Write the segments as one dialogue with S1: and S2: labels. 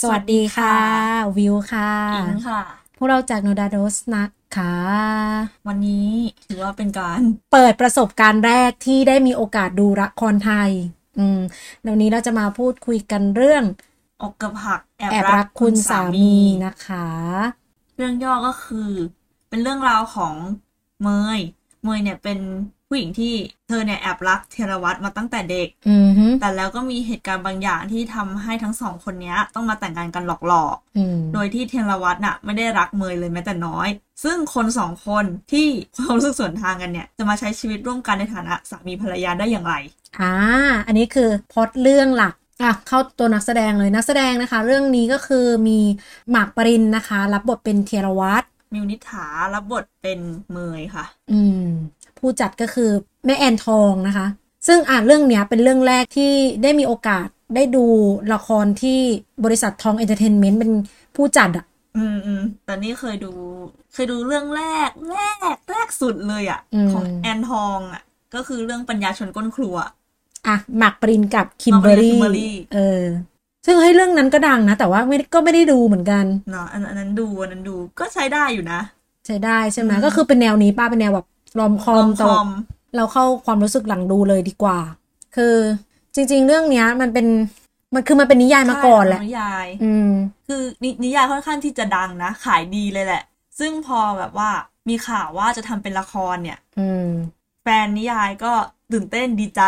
S1: สวัสดีค่ะ วิวค่ะ
S2: อิงค่ะ
S1: พวกเราจากโนดาโดสนะคะ
S2: วันนี้ถือว่าเป็นการ
S1: เปิดประสบการณ์แรกที่ได้มีโอกาสดูละครไทย อืมเดี๋ยวนี้เราจะมาพูดคุยกันเรื่อง
S2: อกเกือบหักแอบ
S1: แอบ
S2: รั
S1: รั
S2: ก
S1: ก
S2: คุ
S1: คุณ ณ
S2: สา
S1: สา
S2: มี
S1: มี
S2: นะ
S1: นะคะ
S2: เรื่องย่อก็คือ เป็นเรื่องราวของเมยเมยเนี่ยเป็นผู้หญิงที่เธอเนี่ยแอบรักเทรวัตมาตั้งแต่เด็ก
S1: อืมฮึ
S2: แต่แล้วก็มีเหตุการณ์บางอย่างที่ทำให้ทั้งสองคนเนี้ย ต้องมาแต่งงานกันหลอก
S1: อืม
S2: ๆ โดยที่เทรวัตน่ะ ไม่ได้รักเมยเลยแม้แต่น้อย ซึ่งคนสองคนที่ความรู้สึกส่วนทางกันเนี่ยจะมาใช้ชีวิตร่วมกันในฐานะสามีภรรยาได้อย่างไร
S1: อ่า อันนี้คือพล็อดเรื่องหลัก อ่ะ เข้าตัวนักแสดงเลยนักแสดงนะคะ เรื่องนี้ก็คือมีหมากปรินนะคะ รับบทเป็นเทียรวัตร
S2: มิวนิษฐารับบทเป็นเมยค่ะ
S1: อืมผู้จัดก็คือแม่แอนทองนะคะ ซึ่งอ่านเรื่องเนี้ยเป็นเรื่องแรกที่ได้มีโอกาสได้ดูละครที่บริษัททองเอนเตอร์เทนเมนต์เป็นผู้จัดอะ
S2: อืมอืมแต่นี่เคยดู เคยดูเรื่องแรก แรก แรกสุดเลยอ่ะ
S1: อืม
S2: ของแอนทองอ่ะ ก็คือเรื่องปัญญาชนก้นครัว
S1: อ่ะหมากปรินกับคิมเบอร
S2: หมากปรินกับคิมเบอรี่
S1: ี่เออ ซึ่งให้ยเรื่องนั้นก็ดังนะ แต่ว่าไม่ก็ไม่ได้ดูเหมือนกัน
S2: เนาะอันอันนั้นดูอันนั้นดูก็ใช้ได้อยู่นะ
S1: ใช้ได้ใช่ไหม
S2: อืม
S1: ก็คือเป็นแนวนี้ป้าเป็นแนวแบบรอมคอม
S2: ค
S1: ต
S2: อ
S1: ลก
S2: ม
S1: เราเข้าความรู้สึกหลังดูเลยดีกว่า คือจริง ๆ เรื่องเนี้ยมันเป็นมันคือมันเป็นนิยายมาก่อนแหละ
S2: นิยาย
S1: อืม
S2: คือนินิยายค่อนข้างที่จะดังนะ ขายดีเลยแหละ ซึ่งพอแบบว่ามีข่าวว่าจะทำเป็นละครเนี่ย
S1: อืม
S2: แฟนนิยายก็ตื่นเต้นดีใจ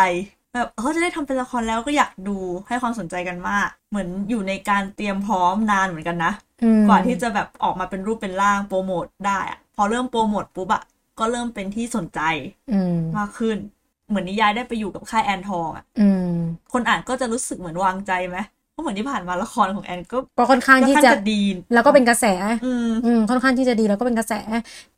S2: แบบเขาจะได้ทำเป็นละครแล้วก็อยากดูให้ความสนใจกันมาก เหมือนอยู่ในการเตรียมพร้อมนานเหมือนกันนะ
S1: อืม
S2: กว่าที่จะแบบออกมาเป็นรูปเป็นร่างโปรโมทได้อะพอเริ่มโปรโมทปุ๊บอะก็เริ่มเป็นที่สนใจ
S1: อืม
S2: มากขึ้น เหมือนนิยายได้ไปอยู่กับค่ายแอนทองอะ
S1: อืม
S2: คนอ่านก็จะรู้สึกเหมือนวางใจไหมเพราะเหมือนที่ผ่านมาละครของแอนก็
S1: ก็ค่อนข้าง
S2: ค่อน
S1: ที่
S2: ข้าง
S1: จะ
S2: จะดี
S1: แล้วก็เป็นกระแส
S2: อืม
S1: อืม ค่อนข้างที่จะดีแล้วก็เป็นกระแส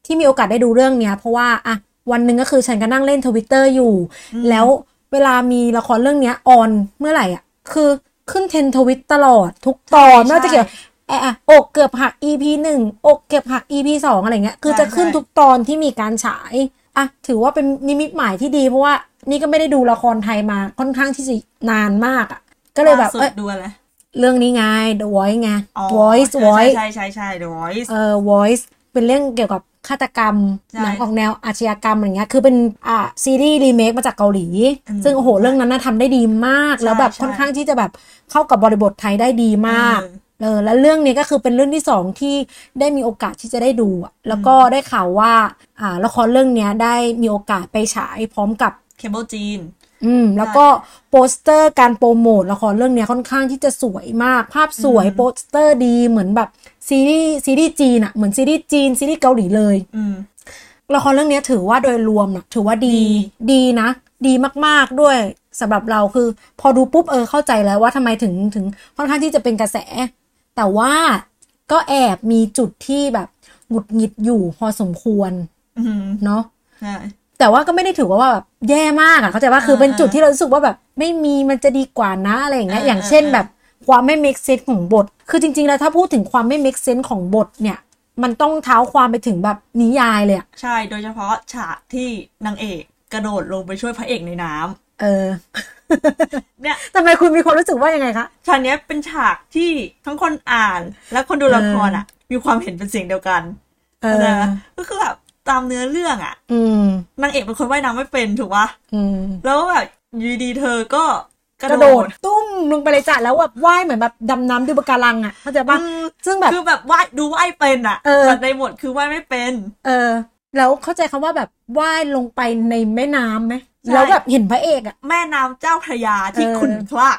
S1: ที่มีโอกาสได้ดูเรื่องเนี้ย เพราะว่าอะวันหนึ่งก็คือฉันก็นั่งเล่นทวิตเตอร์อยู่
S2: อืม
S1: แล้วเวลามีละครเรื่องเนี้ยออนเมื่อไหร่อ่ะ คือขึ้นเทรนด์ทวิตตลอดทุกตอนไม่ว่าจะเกี่ยวแอะอะอกเกือบหัก EP หนึ่งอกเกือบหัก EP สองอะไรเงี้ย คือจะขึ้นทุกตอนที่มีการฉายอะถือว่าเป็นนิมิตหมายที่ดี เพราะว่านี่ก็ไม่ได้ดูละครไทยมาค่อนข้างที่จะนานมากอะก็เลยแบบ
S2: ล่าสุ
S1: เอ้
S2: ด
S1: ย
S2: ดูอะไร
S1: เรื่องนี้ไง The Voice ไง
S2: อ๋อ
S1: Voice
S2: ใช่
S1: Voice
S2: ใช่ใช่ใช่ The Voice
S1: เอ่อ Voice เป็นเรื่องเกี่ยวกับฆาตกรรม
S2: ใช่
S1: หนังออกแนวอาชญากรรมอะไรเงี้ย คือเป็นอ่าซีรีส์รีเมคมาจากเกาหลี
S2: อืม
S1: ซึ่งโอ้โห เรื่องนั้นน่าทำได้ดีมาก
S2: ใช่
S1: แล้วแบบ
S2: ใช่
S1: ค่อนข้างที่จะแบบเข้ากับบริบทไทยได้ดีมาก
S2: เออ
S1: เออแล้วเรื่องนี้ก็คือเป็นเรื่องที่สองที่ได้มีโอกาสที่จะได้ดูอะแล้วก็
S2: อืม
S1: ได้ข่าวว่าอ่าละครเรื่องเนี้ยได้มีโอกาสไปฉายพร้อมกับ
S2: เคเบิลจีน
S1: อืมแล้วก็โปสเตอร์การโปรโมทละครเรื่องเนี้ยค่อนข้างที่จะสวยมาก ภาพสวย
S2: อืม
S1: โปสเตอร์ดีเหมือนแบบซีรีส์ซีรีส์จีนอะเหมือนซีรีส์จีนซีรีส์เกาหลีเลย
S2: อืม
S1: ละครเรื่องเนี้ยถือว่าโดยรวมอะถือว่าดี
S2: ดี
S1: ดีนะ ดีมากๆด้วยสำหรับเราคือ พอดูปุ๊บเออเข้าใจแล้วว่าทำไมถึงถึงค่อนข้างที่จะเป็นกระแส แต่ว่าก็แอบมีจุดที่แบบหงุดหงิดอยู่พอสมควร
S2: อืม
S1: เนาะ
S2: ใช่
S1: แต่ว่าก็ไม่ได้ถือว่าแบบแย่มากอ่ะเข้าใจว่าคือเป็น
S2: อ่า
S1: จุดที่เรารู้สึกว่าแบบไม่มีมันจะดีกว่านะอะไรอย่างเงี้ย
S2: อ่า
S1: อย่างเช่น
S2: อ่า
S1: แบบความไม่ make sense ของบท คือจริง ๆ แล้วถ้าพูดถึงความไม่ make sense ของบทเนี่ย มันต้องเท้าความไปถึงแบบนิยายเลยอะ
S2: ใช่ โดยเฉพาะฉากที่นางเอกกระโดดลงไปช่วยพระเอกในน้ำ
S1: เออ
S2: เนี่ย
S1: ทำไมคุณมีความรู้สึกว่ายังไงคะ
S2: ฉากเนี้ยเป็นฉากที่ทั้งคนอ่านและคนดูละครอ่ะ มีความเห็นเป็นเสียงเดียวกัน
S1: เออ
S2: นะก็คือแบบตามเนื้อเรื่องอ่ะ
S1: อืม
S2: นางเอกเป็นคนว่ายน้ำไม่เป็นถูกปะ
S1: อืม
S2: แล้วแบบอยูดีๆเธอก็ก
S1: ก
S2: ระ
S1: ระ
S2: โด
S1: โด
S2: ด
S1: ดตุ้มลงไปเลยจ้ะแล้วแบบว่ายเหมือนแบบดำน้ำดูปะการังอ่ะเข้าใจปะ
S2: อืม
S1: ซึ่งแบบ
S2: คือแบบว่ายดูว่ายเป็นอ่ะ
S1: เออ
S2: แต่ในบทคือว่ายไม่เป็น
S1: เออแล้วเข้าใจคำว่าแบบว่ายลงไปในแม่น้ำไหม
S2: ใช่
S1: แล้วแบบเห็นพระเอกอ่ะ
S2: แม่น้ำเจ้าพระยาที่
S1: เออ
S2: ขุ่นคลัก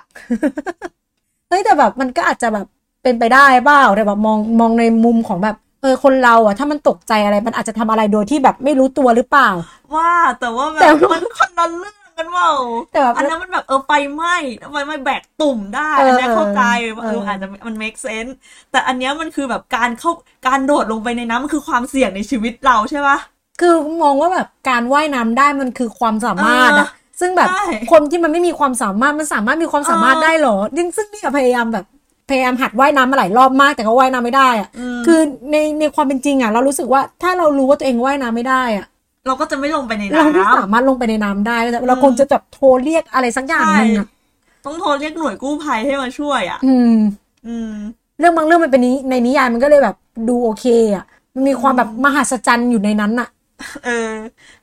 S1: เฮ้ยแต่แบบมันก็อาจจะแบบเป็นไปได้เปล่าแต่แบบมองมองในมุมของแบบเออคนเราอะถ้ามันตกใจอะไรมันอาจจะทำอะไรโดยที่แบบไม่รู้ตัวหรือเปล่า
S2: ว่าแต่ว่าแบ
S1: แต่
S2: บ
S1: ว่า
S2: มันคนละเรื่องกันเปล่า
S1: แต่แบบ
S2: อันนั้นมันแบบเออไฟไหม้ไฟไหม้แบกตุ่มได้
S1: เออ
S2: อันเนี้ยเข้าใจว่า
S1: เอ
S2: เอ
S1: อ
S2: ออาจจะมัน make sense แต่อันเนี้ยมันคือแบบการเข้าการโดดลงไปในน้ำมันคือความเสี่ยงในชีวิตเราใช่ปะ
S1: คือมองว่าแบบการว่ายน้ำได้มันคือความสามารถอะ
S2: เออ
S1: ซึ่งแบบ
S2: ใช่
S1: คนที่มันไม่มีความสามารถมันสามารถมีความสามารถ
S2: เออ
S1: ได้เหรอซึ่งซึ่งนี่อะพยายามแบบพยายามหัดว่ายน้ำมาหลายรอบมากแต่ก็ว่ายน้ำไม่ได้อะ
S2: อืม
S1: คือในในความเป็นจริงอะเรารู้สึกว่าถ้าเรารู้ว่าตัวเองว่ายน้ำไม่ได้อะ
S2: เราก็จะไม่ลงไปใน
S1: เรา
S2: น้ำ
S1: ไม่สามารถลงไปในน้ำได้แล้วแต่เรา
S2: อืม
S1: คงจะแบบโทรเรียกอะไรสักอย่างหนึ่งอะ
S2: ต้องโทรเรียกหน่วยกู้ภัยให้มาช่วยอ่ะ
S1: อืม
S2: อืม
S1: เรื่องบางเรื่องมันเป็นนี้ในนิยายมันก็เลยแบบดูโอเคอ่ะมันมีความแบบมหัศจรรย์อยู่ในนั้นอ่ะ
S2: เออ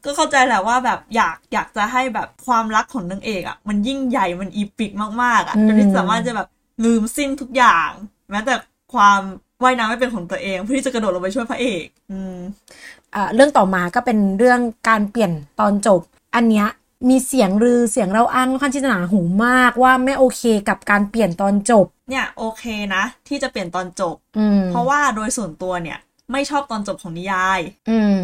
S2: ก็เข้าใจแหละว่าแบบอยากอยากจะให้แบบความรักของนางเอกอ่ะ มันยิ่งใหญ่มันอีปิกมากๆอ่ะ
S1: อืม
S2: จนที่สามารถจะแบบลืมสิ้นทุกอย่าง แม้แต่ความว่ายน้ำไม่เป็นของตัวเองเพื่อที่จะกระโดดลงไปช่วยพระเอก อืม
S1: อ่าเรื่องต่อมาก็เป็นเรื่องการเปลี่ยนตอนจบ อันเนี้ยมีเสียงรือเสียงเราอ้างค่อนข้างที่จะหนาหูมากว่าไม่โอเคกับการเปลี่ยนตอนจบ
S2: เนี่ยโอเคนะ ที่จะเปลี่ยนตอนจบ
S1: อืม
S2: เพราะว่าโดยส่วนตัวเนี่ย ไม่ชอบตอนจบของนิยาย
S1: อืม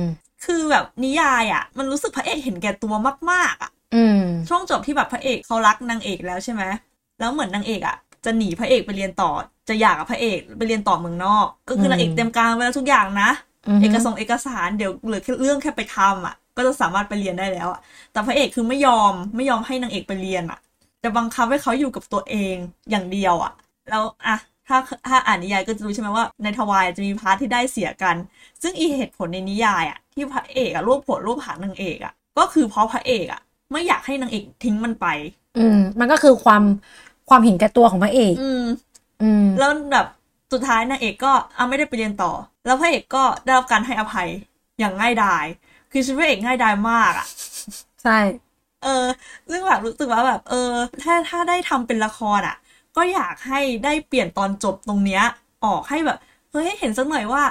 S2: คือแบบนิยายอ่ะ มันรู้สึกพระเอกเห็นแก่ตัวมากๆอ่ะ
S1: อืม
S2: ช่วงจบที่แบบพระเอกเขารักนางเอกแล้วใช่ไหม แล้วเหมือนนางเอกอ่ะจะหนีพระเอกไปเรียนต่อ จะอยากกับพระเอกไปเรียนต่อเมืองนอก ก็คือ
S1: ม
S2: นางเอกเตรียมการไว้แล้วทุกอย่างนะ
S1: ม
S2: เอกสงเอกสารเดี๋ยวเหลือแค่เรื่องแค่ไปทำอ่ะ ก็จะสามารถไปเรียนได้แล้วอ่ะ แต่พระเอกคือไม่ยอมไม่ยอมให้นางเอกไปเรียนอ่ะ จะบังคับให้เขาอยู่กับตัวเองอย่างเดียวอ่ะ แล้วอ่ะถ้าถ้าอ่านนิยายก็จะรู้ใช่ไหมว่าในทวายจะมีพาร์ทที่ได้เสียกัน ซึ่งอีเหตุผลในนิยายอ่ะที่พระเอกอ่ะรวบผลรวบหางนางเอกอ่ะ ก็คือเพราะพระเอกอ่ะไม่อยากให้นางเอกทิ้งมันไป
S1: อืม มันก็คือความความเห็นแก่ตัวของพระเอก
S2: อืม
S1: อืม
S2: แล้วแบบสุดท้ายนางเอกก็เอาไม่ได้ไปเรียนต่อ แล้วพระเอกก็ได้รับการให้อภัยอย่างง่ายดาย คือชีวิตพระเอกง่ายดายมากอ่ะ
S1: ใช่
S2: เออ ซึ่งแบบรู้สึกว่าแบบ เออ ถ้าถ้าได้ทำเป็นละครอ่ะ ก็อยากให้ได้เปลี่ยนตอนจบตรงเนี้ย ออกให้แบบเฮ้ยให้เห็นสักหน่อยว่า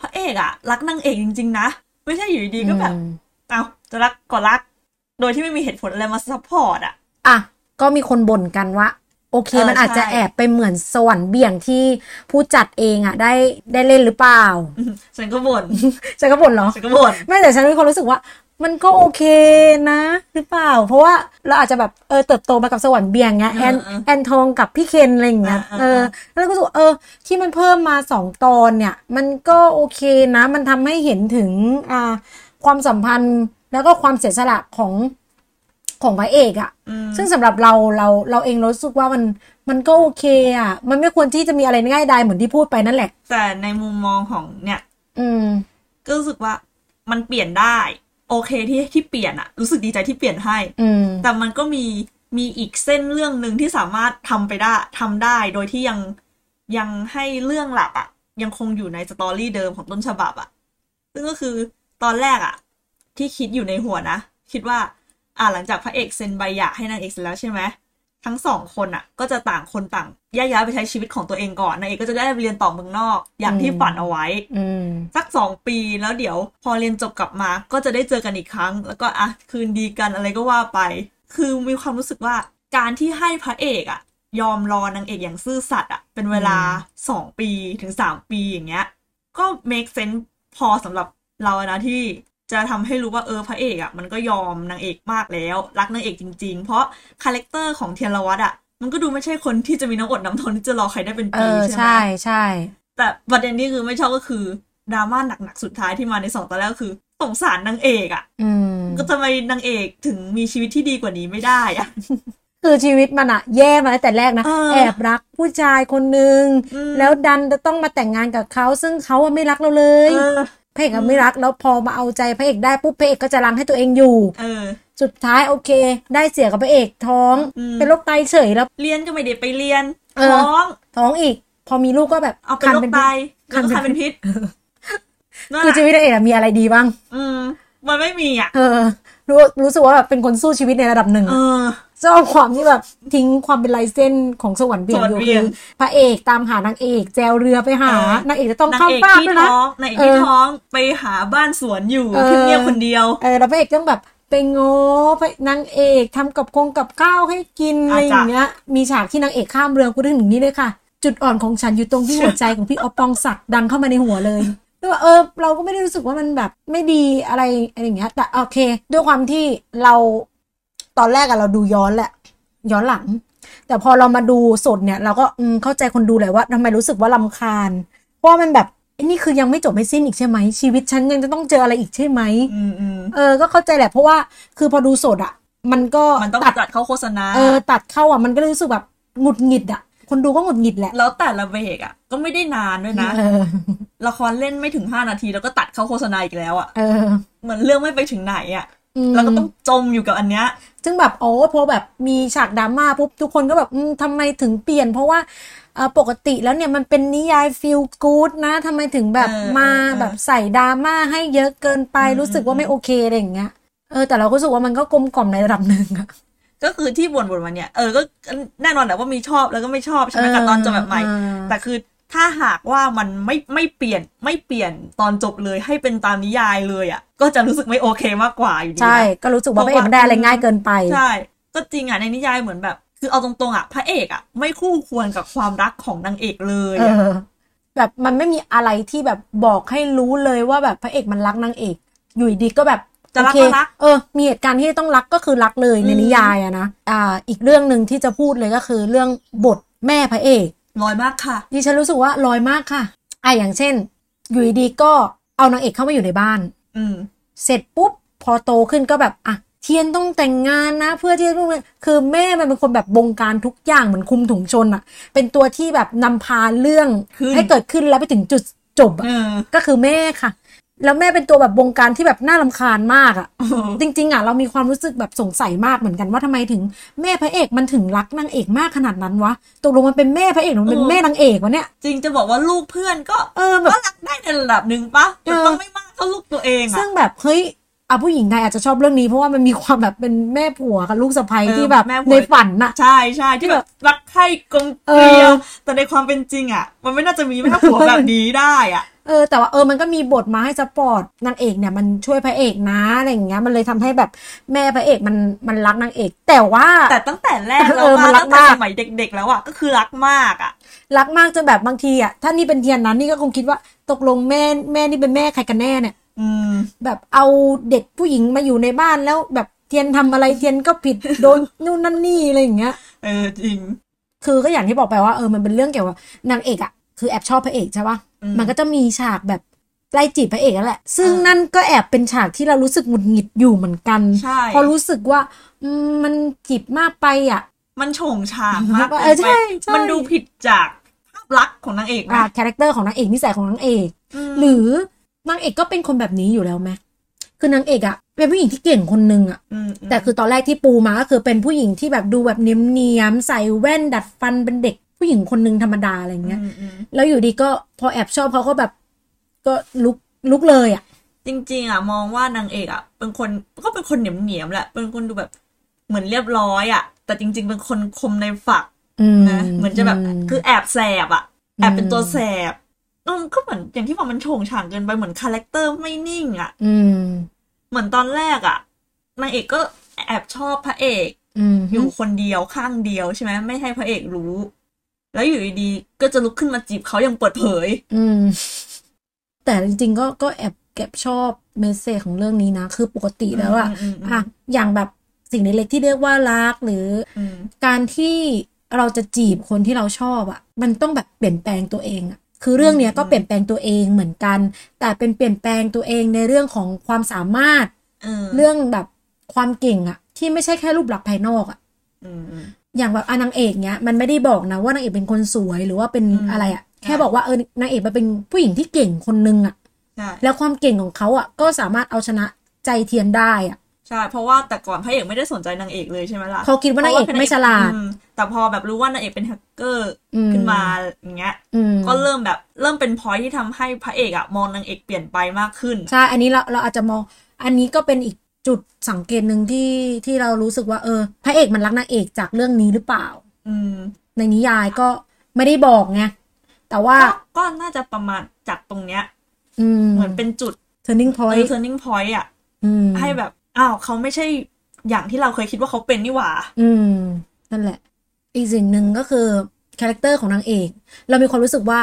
S2: พระเอกอ่ะ รักนางเอกจริง ๆ นะ ไม่ใช่อยู่ดีๆก็แบบ
S1: อืม
S2: เอาจะรักก็รัก โดยที่ไม่มีเหตุผลอะไรมาซัพพอร์ตอ่ะ
S1: อ่ะ ก็มีคนบ่นกันว่า โอเค
S2: เออ
S1: มันอาจจะ
S2: ใช่
S1: แอบไปเหมือนสวรรค์เบี่ยงที่ผู้จัดเองอ่ะ ได้ได้เล่นหรือเปล่า
S2: อืมฉันก็บ่น
S1: ฉันก็บ่นเหรอ
S2: ฉันก็บ่น
S1: ไม่แต่ฉันมีความรู้สึกว่า มันก็โอเคนะ หรือเปล่า เพราะว่าเราอาจจะแบบเออเติบโตมากับสวรรค์เบียงเงี้ยแอน
S2: เออเออ
S1: แอนทองกับพี่เคนอะไรอย่างเงี้ย
S2: เอ
S1: เออ
S2: อเออ
S1: แล้วก็รู้สึกว่าเออ ที่มันเพิ่มมาสองตอนเนี่ย มันก็โอเคนะ มันทำให้เห็นถึงอ่าความสัมพันธ์แล้วก็ความเสียสละของของพระเอกอะ
S2: อืม
S1: ซึ่งสำหรับเราเราเราเองเรารู้สึกว่ามันมันก็โอเคอะมันไม่ควรที่จะมีอะไรง่ายดายเหมือนที่พูดไปนั่นแหละ
S2: แต่ในมุมมองของเนี่ย
S1: อืม
S2: ก็รู้สึกว่ามันเปลี่ยนได้ โอเคที่ที่เปลี่ยนอะรู้สึกดีใจที่เปลี่ยนให้
S1: อืม
S2: แต่มันก็มีมีอีกเส้นเรื่องหนึ่งที่สามารถทำไปได้ทำได้โดยที่ยังยังให้เรื่องหลักอะยังคงอยู่ในสตอรี่เดิมของต้นฉบับอะซึ่งก็คือตอนแรกอะที่คิดอยู่ในหัวนะ คิดว่า อ่าหลังจากพระเอกเซ็นใบหย่าให้นางเอกเสร็จแล้วใช่ไหมทั้งสองคนอะก็จะต่างคนต่างแยกย้ายไปใช้ชีวิตของตัวเองก่อนนางเอกก็จะได้ไปเรียนต่อเมืองนอก อย่างที่ฝันเอาไว้
S1: อืม
S2: สักสองปีแล้วเดี๋ยวพอเรียนจบกลับมา ก็จะได้เจอกันอีกครั้ง แล้วก็อ่ะคืนดีกันอะไรก็ว่าไป คือมีความรู้สึกว่าการที่ให้พระเอกอะยอมรอนางเอกอย่างซื่อสัตย์อะเป็นเวลา
S1: อื
S2: สองปีถึงสามปีอย่างเงี้ย ก็ make sense พอสำหรับเรานะที่จะทำให้รู้ว่าเออพระเอกอะมันก็ยอมนางเอกมากแล้ว รักนางเอกจริง ๆ เพราะคาแรคเตอร์ของเทียนรวัตอะมันก็ดูไม่ใช่คนที่จะมีน้ำอดน้ำทนที่จะรอใครได้เป็น
S1: เอ
S2: ปี
S1: อ
S2: ใช่ไหม
S1: ใช่ใช่
S2: แต่ประเด็นที่คือไม่ชอบก็คือดราม่าหนักๆสุดท้ายที่มาในสองตอนแรกก็คือสงสารนางเอกอะ่ะ
S1: อืม
S2: ก็ทำไมนางเอกถึงมีชีวิตที่ดีกว่านี้ไม่ได้อะ
S1: คือชีวิตมันอะแย่มาตั้งแต่แรกนะ
S2: เออ
S1: แอบรักผู้ชายคนหนึ่ง
S2: อืม
S1: แล้วดันจะต้องมาแต่งงานกับเขาซึ่งเขาอะไม่รักเราเล
S2: เอย อ
S1: พระเอกอะ
S2: อืม
S1: ไม่รักแล้วพอมาเอาใจพระเอกได้ปุ๊บพระเอกก็จะรังให้ตัวเองอยู่
S2: เออ
S1: สุดท้ายโอเค ได้เสียกับพระเอกท้อง
S2: อืม
S1: เป็นโรคไตเฉยแล้ว
S2: เรียนก็ไม่ได้ไปเรียน
S1: เออ
S2: ท้อง
S1: ท้องอีก พอมีลูกก็แบบ
S2: เอาเป็นโรคไต
S1: คันเป็น
S2: แล้วก็คันเป็นพิษนั่น
S1: คือ
S2: แห
S1: ชีวิตพ
S2: ละ
S1: ระเอกอะมีอะไรดีบ้าง
S2: อืมมันไม่มีอ่ะ
S1: เออรู้รู้สึกว่าแบบเป็นคนสู้ชีวิตในระดับหนึ่งอะ
S2: เออ
S1: ชอบความที่แบบทิ้งความเป็นลายเส้นของสวรรค์เบี่ยง
S2: สวร
S1: อ
S2: รค์
S1: ยู่
S2: เบี่
S1: คื
S2: ยง
S1: อพระเอกตามหานางเอกแจวเรือไปหา
S2: เออ
S1: นางเอกจะต้อง
S2: นาง
S1: ข้าม
S2: เอก
S1: ฟาก
S2: ที่
S1: ด้วยนะ
S2: ท้องนางเอก
S1: เอ
S2: ที่
S1: อ
S2: ท้องไปหาบ้านสวนอยู่
S1: เออ
S2: เงียบๆคนเดียว
S1: เออแล้วพระเอกต้องแบบไปง้อพระนางเอกทำกับคงกับข้าวให้กินอะ
S2: อา
S1: ไร
S2: จจะ
S1: อย่างเงี้ยมีฉากที่นางเอกข้ามเรือกูถึงถึงนี้เลยค่ะ จุดอ่อนของฉันอยู่ตรงที่หัวใจของพี่ออฟปองศักดิ์ดังเข้ามาในหัวเลย แล้วว่าเออเราก็ไม่ได้รู้สึกว่ามันแบบไม่ดีอะไรอะไรอย่างเงี้ยแต่โอเค ด้วยความที่เราตอนแรกอะเราดูย้อนแหละ ย้อนหลัง แต่พอเรามาดูสดเนี่ย เราก็อืมเข้าใจคนดูแหละว่าทำไมรู้สึกว่าลำคาญ เพราะว่ามันแบบไอ้นี่คือยังไม่จบไม่สิ้นอีกใช่ไหมชีวิตฉันยังจะต้องเจออะไรอีกใช่ไหม
S2: อืมอืม
S1: เออ ก็เข้าใจแหละ เพราะว่า คือพอดูสดอ่ะ มันก็
S2: มันต้อง
S1: ตัด
S2: จัดเข้าโฆษณา
S1: เออ ตัดเข้าอ่ะ มันก็เลยรู้สึกแบบหงุดหงิดอ่ะ คนดูก็หงุดหงิดแหละ
S2: แล้วแต่ละเบรกอ่ะ ก็ไม่ได้นานด้วยนะ
S1: เออ
S2: ละครเล่นไม่ถึง 5 นาทีแล้วก็ตัดเข้าโฆษณาอีกแล้วอะ่ะ
S1: เออ
S2: เหมือนเรื่องไม่ไปถึงไหนอะ่ะ
S1: อืม
S2: แล้วก็ต้องจมอยู่กับอันเนี้ย
S1: ซึ่งแบบ อ๋อ พอแบบมีฉากดราม่าปุ๊บ ทุกคนก็แบบ อืมทำไมถึงเปลี่ยน เพราะว่า เอ อ่าปกติแล้วเนี่ยมันเป็นนิยายฟีลกู๊ดนะทำไมถึงแบบ
S2: เออ
S1: มา
S2: เออเออ
S1: แบบใส่ดราม่าให้เยอะเกินไป
S2: อืม
S1: รู้สึกว่า
S2: อืม
S1: ไม่โอเคอะไรอย่างเงี้ยเออแต่เราก็รู้สึกว่ามันก็กลมกล่อมในระดับหนึ่งอะ
S2: ก็คือที่บ่นบ่นมาเนี่ยเออก็แน่นอนแหละว่ามีชอบแล้วก็ไม่ชอบใช่ไหมกับตอนจบแบบใหม่
S1: เออ
S2: แต่คือถ้าหากว่ามันไม่ไม่เปลี่ยนไม่เปลี่ยนตอนจบเลยให้เป็นตามนิยายเลยอ่ะ ก็จะรู้สึกไม่โอเคมากกว่าอยู่ดีนะ
S1: ใช่ก็รู้สึกว่าพ
S2: เพ
S1: ระ
S2: ราะ
S1: เอก
S2: ว่า
S1: มันได้อะไรง่ายเกินไป
S2: ใช่ ก็จริงอ่ะในนิยายเหมือนแบบ คือเอาตรงๆอ่ะพระเอกอ่ะไม่คู่ควรกับความรักของนางเอกเลย
S1: เอ
S2: อะ
S1: อ แบบมันไม่มีอะไรที่แบบบอกให้รู้เลยว่าแบบพระเอกมันรักนางเอก อยู่ดีๆก็แบบ
S2: จะรั
S1: โอ
S2: ก
S1: เค
S2: ก็รัก
S1: เออ มีเหตุการณ์ที่ต้องรักก็คือรักเลยใน
S2: อืม
S1: นิยายอะนะอ่า อีกเรื่องหนึ่งที่จะพูดเลยก็คือเรื่องบทแม่พระเอก
S2: ลอยมากค่ะ
S1: ดิฉันรู้สึกว่าลอยมากค่ะอ่ะอย่างเช่น อยู่ดีๆก็เอานางเอกเข้ามาอยู่ในบ้าน
S2: อืม
S1: เสร็จปุ๊บพอโตขึ้นก็แบบอ่ะเทียนต้องแต่งงานนะ เพื่อที่จะลูกคือแม่มันเป็นคนแบบบงการทุกอย่างเหมือนคุมถุงชนอะเป็นตัวที่แบบนำพาเรื่อง
S2: ขึ้น
S1: ให้เกิดขึ้นแล้วไปถึงจุดจบอะ
S2: เออ
S1: ก็คือแม่ค่ะ แล้วแม่เป็นตัวแบบบงการที่แบบน่าลำคาญมากอะ
S2: เออ
S1: จริง ๆอะเรามีความรู้สึกแบบสงสัยมากเหมือนกันว่าทำไมถึงแม่พระเอกมันถึงรักนางเอกมากขนาดนั้นวะตกลงมันเป็นแม่พระเอกหรือมันเป็นแม่นางเอกวะเนี่ย
S2: จริงจะบอกว่าลูกเพื่อนก็
S1: เออแบบ
S2: ก็รักได้ในระดับหนึ่งปะแต่ต้องไม่มากเท่าลูกตัวเอง
S1: ซึ่
S2: อ่ะ
S1: งแบบเฮ้ยอ่ะผู้หญิงไทยอาจจะชอบเรื่องนี้เพราะว่ามันมีความแบบเป็นแม่ผัวกับลูกสะใภ้ที่แบบในฝันน่ะ
S2: ใช่ใช่ที่แบบรักใคร่กลมเก
S1: เอ
S2: ลีย
S1: อ
S2: วแต่ในความเป็นจริงอ่ะ มันไม่น่าจะมีแม่ผัวแบบนี้ได้อ่ะ
S1: เออแต่ว่าเออมันก็มีบทมาให้สปอร์ตนางเอกเนี่ยมันช่วยพระเอกนะอะไรอย่างเงี้ยมันเลยทำให้แบบแม่พระเอกมันมันรักนางเอก แต่ว่า
S2: แต่ตั้งแต่แรก
S1: เอ
S2: แล้ว
S1: อมั
S2: ว่าน
S1: รัก
S2: ตั้ง
S1: มาก
S2: แต่สมัยเด็ก ๆ แล้วอ่ะก็คือรักมากอ่ะ
S1: รักมากจนแบบบางทีอ่ะถ้านี่เป็นเทียนนั้นนี่ก็คงคิดว่าตกลงแม่แม่นี่เป็นแม่ใครกันแน่เนี่ย
S2: อืม
S1: แบบเอาเด็กผู้หญิงมาอยู่ในบ้านแล้วแบบเทียนทำอะไรเทียนก็ผิดโดนนู่นนั่นนี่อะไรอย่างเงี้ย
S2: เออจริง
S1: คือก็อย่างที่บอกไปว่าเออมันเป็นเรื่องเกี่ยวกับนางเอกอะคือแอบชอบพระเอกใช่ปะ
S2: อืม
S1: มันก็จะมีฉากแบบไล่จีบพระเอกนั่นแหละ ซึ่ง
S2: เออ
S1: นั่นก็แอบเป็นฉากที่เรารู้สึกหงุดหงิดอยู่เหมือนกัน
S2: ใช่
S1: เพอรู้สึกว่าอืมมันจีบมากไปอะ
S2: มันโฉงฉางมาก
S1: เออใช่
S2: กินไป
S1: ใช่
S2: มันดูผิดจากภาพลักษณ์ของนางเอกนะ
S1: คาแรคเตอร์ของนางเอกนิสัยของนางเอก
S2: ม
S1: หรือนางเอกก็เป็นคนแบบนี้อยู่แล้วไหมคือนางเอกอะเป็นผู้หญิงที่เก่งคนนึงอะ
S2: อืมอืม
S1: แต่คือตอนแรกที่ปูมาก็คือเป็นผู้หญิงที่แบบดูแบบเนียมๆใส่แว่นดัดฟันเป็นเด็ก ผู้หญิงคนนึงธรรมดาอะไรอย่างเงี้ย
S2: อืมอืม
S1: แล้วอยู่ดีก็พอแอบชอบเขาก็แบบ ก็ลุกลุกเลยอ่ะ
S2: จริง ๆ อ่ะ มองว่านางเอกอ่ะ เป็นคนก็เป็นคนเหนียมเหนียมๆแหละ เป็นคนดูแบบเหมือนเรียบร้อยอ่ะ แต่จริง ๆ เป็นคนคมในฝัก
S1: อืม
S2: นะเหมือนจะแบบ
S1: ม
S2: คือแอบแสบอ่ะ แอบเป็น
S1: อืม
S2: ตัวแสบอืมก็เหมือนอย่างที่บอกมันโฉงฉางเกินไปเหมือนคาแรคเตอร์ไม่นิ่งอ่ะ
S1: อืม
S2: เหมือนตอนแรกอ่ะนางเอกก็แอบชอบพระเอก
S1: อืม
S2: อยู่คนเดียวข้างเดียวใช่ไหมไม่ให้พระเอกรู้ แล้วอยู่ดีๆก็จะลุกขึ้นมาจีบเขาอย่างเปิดเผย
S1: อืม แต่จริงๆก็ก็แอบแก็บชอบเมสเซจของเรื่องนี้นะ คือปกติแล้วอ่ะ
S2: อืมอืมอืม
S1: อ่ะอย่างแบบสิ่งเล็กๆที่เรียกว่ารักหรือ
S2: อืม
S1: การที่เราจะจีบคนที่เราชอบอะมันต้องแบบเปลี่ยนแปลงตัวเองอะคือเรื่องเนี้ยก็เปลี่ยนแปลงตัวเองเหมือนกัน แต่เป็นเปลี่ยนแปลงตัวเองในเรื่องของความสามารถ
S2: เออ
S1: เรื่องแบบความเก่งอะที่ไม่ใช่แค่รูปลักษณ์ภายนอกอะ
S2: อืมอืม
S1: อย่างแบบอะนางเอกเนี้ยมันไม่ได้บอกนะว่านางเอกเป็นคนสวยหรือว่าเป็น
S2: อืม
S1: อะไรอะแค่
S2: ใช่
S1: บอกว่าเออนางเอกมันเป็นผู้หญิงที่เก่งคนนึงอะ
S2: ใช่
S1: แล้วความเก่งของเขาอะก็สามารถเอาชนะใจเทียนได้อะ
S2: ใช่ เพราะว่าแต่ก่อนพระเอกไม่ได้สนใจนางเอกเลยใช่ไหมล่ะ
S1: เขาคิดว่านางเอก
S2: พระ
S1: ไม่ฉลาด
S2: อืมแต่พอแบบรู้ว่านางเอกเป็นแฮกเกอร์
S1: อืม
S2: ขึ้นมาอย่างเงี้ย
S1: อืม
S2: ก็เริ่มแบบเริ่มเป็นพอยที่ทำให้พระเอกอะมองนางเอกเปลี่ยนไปมากขึ้น
S1: ใช่ อันนี้เราเราอาจจะมอง อันนี้ก็เป็นอีกจุดสังเกตหนึ่งที่ที่เรารู้สึกว่าเออ พระเอกมันรักนางเอกจากเรื่องนี้หรือเปล่า
S2: อืม
S1: ในนิยายก็ไม่ได้บอกไง แต่ว่า
S2: ก็ก็น่าจะประมาณจากตรงเนี้ย
S1: อืม
S2: เหมือนเป็นจุด
S1: turning
S2: เอ
S1: point
S2: อ turning point อะ
S1: อืม
S2: ให้แบบ อ้าวเขาไม่ใช่อย่างที่เราเคยคิดว่าเขาเป็นนี่หว่า
S1: อืม นั่นแหละ อีกสิ่งหนึ่งก็คือคาแรคเตอร์ของนางเอก เรามีความรู้สึกว่า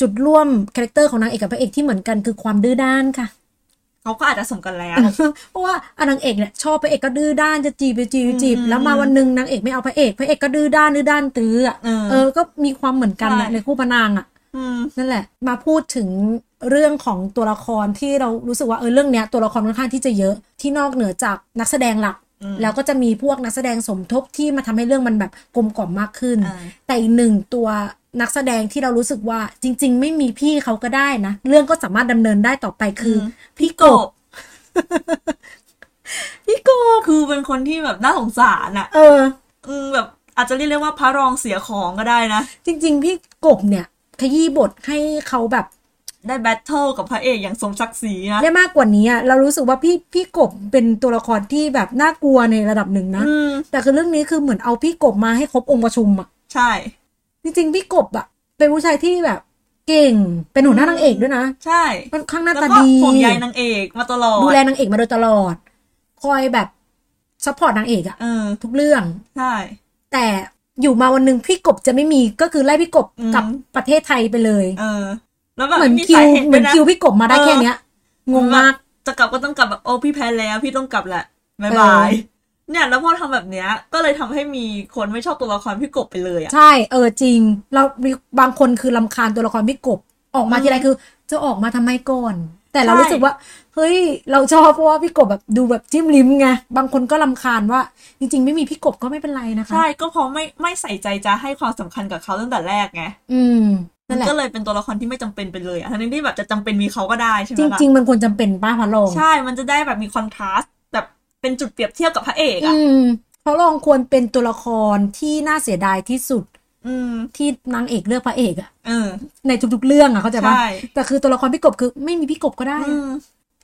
S1: จุดร่วมคาแรคเตอร์ของนางเอกกับพระเอกที่เหมือนกันคือความดื้อด้านค่ะ
S2: เขาก็อาจจะสมกันแล้ว
S1: เพราะว่าอ่ะนางเอกเนี่ยชอบพระเอกก็ดื้อด้านจะจีบไปจีบไปจีบ
S2: อืม
S1: แล้วมาวันหนึ่งนางเอกไม่เอาพระเอกพระเอกก็ดื้อด้านดื้อด้านตื้ออ่ะ
S2: เออ
S1: เออก็มีความเหมือนกันนะ
S2: ใช่
S1: ในคู่พระนางอ่ะ
S2: อืม
S1: นั่นแหละ มาพูดถึงเรื่องของตัวละครที่เรารู้สึกว่าเออเรื่องเนี้ยตัวละครค่อนข้างที่จะเยอะที่นอกเหนือจากนักแสดงหลัก
S2: อืม
S1: แล้วก็จะมีพวกนักแสดงสมทบที่มาทำให้เรื่องมันแบบกลมกล่อมมากขึ้น
S2: อ่า
S1: แต่อีกหนึ่งตัวนักแสดงที่เรารู้สึกว่าจริง ๆ ไม่มีพี่เขาก็ได้นะเรื่องก็สามารถดำเนินได้ต่อไปคืออพี่ก
S2: ก
S1: บบ พี่กบ
S2: คือเป็นคนที่แบบน่าสงสารอะ
S1: เออ
S2: อืมแบบ อาจจะเรียกได้ว่าพระรองเสียของก็ได้นะ
S1: จริง ๆ พี่กบเนี่ย ขยี้บทให้เขาแบบ
S2: ได้แบทเทิลกับพระเอกอย่างสมศักดิ์ศรีนะ
S1: ได้มากกว่านี้อะเรารู้สึกว่าพี่พี่กบเป็นตัวละครที่แบบน่ากลัวในระดับหนึ่งนะ
S2: อืม
S1: แต่คือเรื่องนี้คือเหมือนเอาพี่กบมาให้ครบองค์ประชุมอะ
S2: ใช่
S1: จริง ๆ พี่กบอะเป็นผู้ชายที่แบบเก่งเป็นหัวหน้านางเอกด้วยนะ
S2: ใช่
S1: ค่อนข้างห
S2: แล้
S1: น้าว ตา
S2: ก็
S1: ดี
S2: ห่วงใยนางเอกมาตลอด
S1: ดูแลนางเอกมาโดยตลอด คอยแบบซัพพอร์ตนางเอกอะ
S2: เออ
S1: ทุกเรื่อง
S2: ใช่
S1: แต่อยู่มาวันหนึ่งพี่กบจะไม่มีก็คือไล่พี่กบกลับประเทศไทยไปเลย
S2: เออ แล้วแบบ
S1: เหมือน
S2: มี
S1: คิ
S2: สาว ยเหตุ
S1: เห
S2: ด้
S1: มือย
S2: ว
S1: น
S2: นะ
S1: คิวพี่กบมาได้
S2: เออ
S1: แค่เนี้ย งงมาก
S2: จะกลับก็ต้องกลับแบบโอ้พี่แพ้แล้วพี่ต้องกลับแหละบาย
S1: เออ
S2: บายเนี่ยแล้วพอทำแบบเนี้ย ก็เลยทำให้มีคนไม่ชอบตัวละครพี่กบไปเลยอ่ะ
S1: ใช่ เออจริง เรามีบางคนคือลำคาญตัวละครพี่กบ ออกมา
S2: อืม
S1: ทีไรคือ จะออกมาทำไมก่อน แต่เรา
S2: ใช่
S1: รู้สึกว่า เฮ้ย เราชอบเพราะว่าพี่กบแบบดูแบบจิ้มลิ้มไง บางคนก็ลำคาญว่า จริง ๆ ไม่มีพี่กบก็ไม่เป็นไรนะคะ
S2: ใช่ก็เพราะไม่ไม่ใส่ใจจะให้ความสำคัญกับเขาตั้งแต่แรกไง
S1: อืม
S2: มั
S1: นั่นแหละ
S2: นก็เลยเป็นตัวละครที่ไม่จำเป็นไปเลยอ่ะทั้งที่แบบจะจำเป็นมีเขาก็ได้ใช่ไหม
S1: จ
S2: ล่ะ
S1: ริง ๆ มันควรจำเป็นป้าพระรอง
S2: ใช่ มันจะได้แบบมีคอนทราสต์แบบเป็นจุดเปรียบเทียบกับพระเอกอ่ะ
S1: อืมพระรองควรเป็นตัวละครที่น่าเสียดายที่สุด
S2: อืม
S1: ที่นางเอกเลือกพระเอกอะ
S2: เออ
S1: ในทุกๆเรื่องอะเข้าใจปะ
S2: ใช่
S1: แต่คือตัวละครพี่กบคือไม่มีพี่กบก็ได้อะ
S2: อืม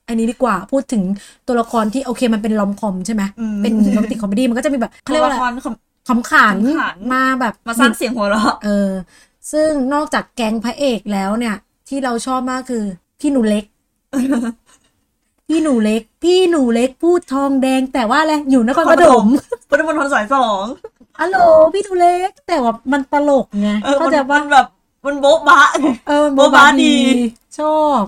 S1: อันนี้ดีกว่าพูดถึงตัวละครที่โอเคมันเป็นลอมคอมใช่ไหม
S2: อืม
S1: เป็นโรแมนติกคอมเมดี้มันก็จะมีแบบเขา
S2: ตัว
S1: เรียกว่า
S2: ละ
S1: อะ
S2: ค
S1: ไร
S2: รของ
S1: ขำขัน
S2: ขำขัน
S1: มาแบบ
S2: มาสร้างเสียงหัวเราะ
S1: เออ ซึ่งนอกจากแก๊งพระเอกแล้วเนี่ย ที่เราชอบมากคือ พี่หนูเล็ก พี่หนูเล็ก พี่หนูเล็กพูดทองแดง แต่ว่าอะไรอยู่นครปฐ ม
S2: พุทธมณฑลสายสอง
S1: อัลโหลพี่หนูเล็ก แต่ว่ามันตลกไง
S2: เออ
S1: เข้า
S2: มัน
S1: ใจปะ
S2: มันแบบมันโบ๊ะบะ
S1: เออมัน
S2: โบ๊ะบะดี
S1: ชอบ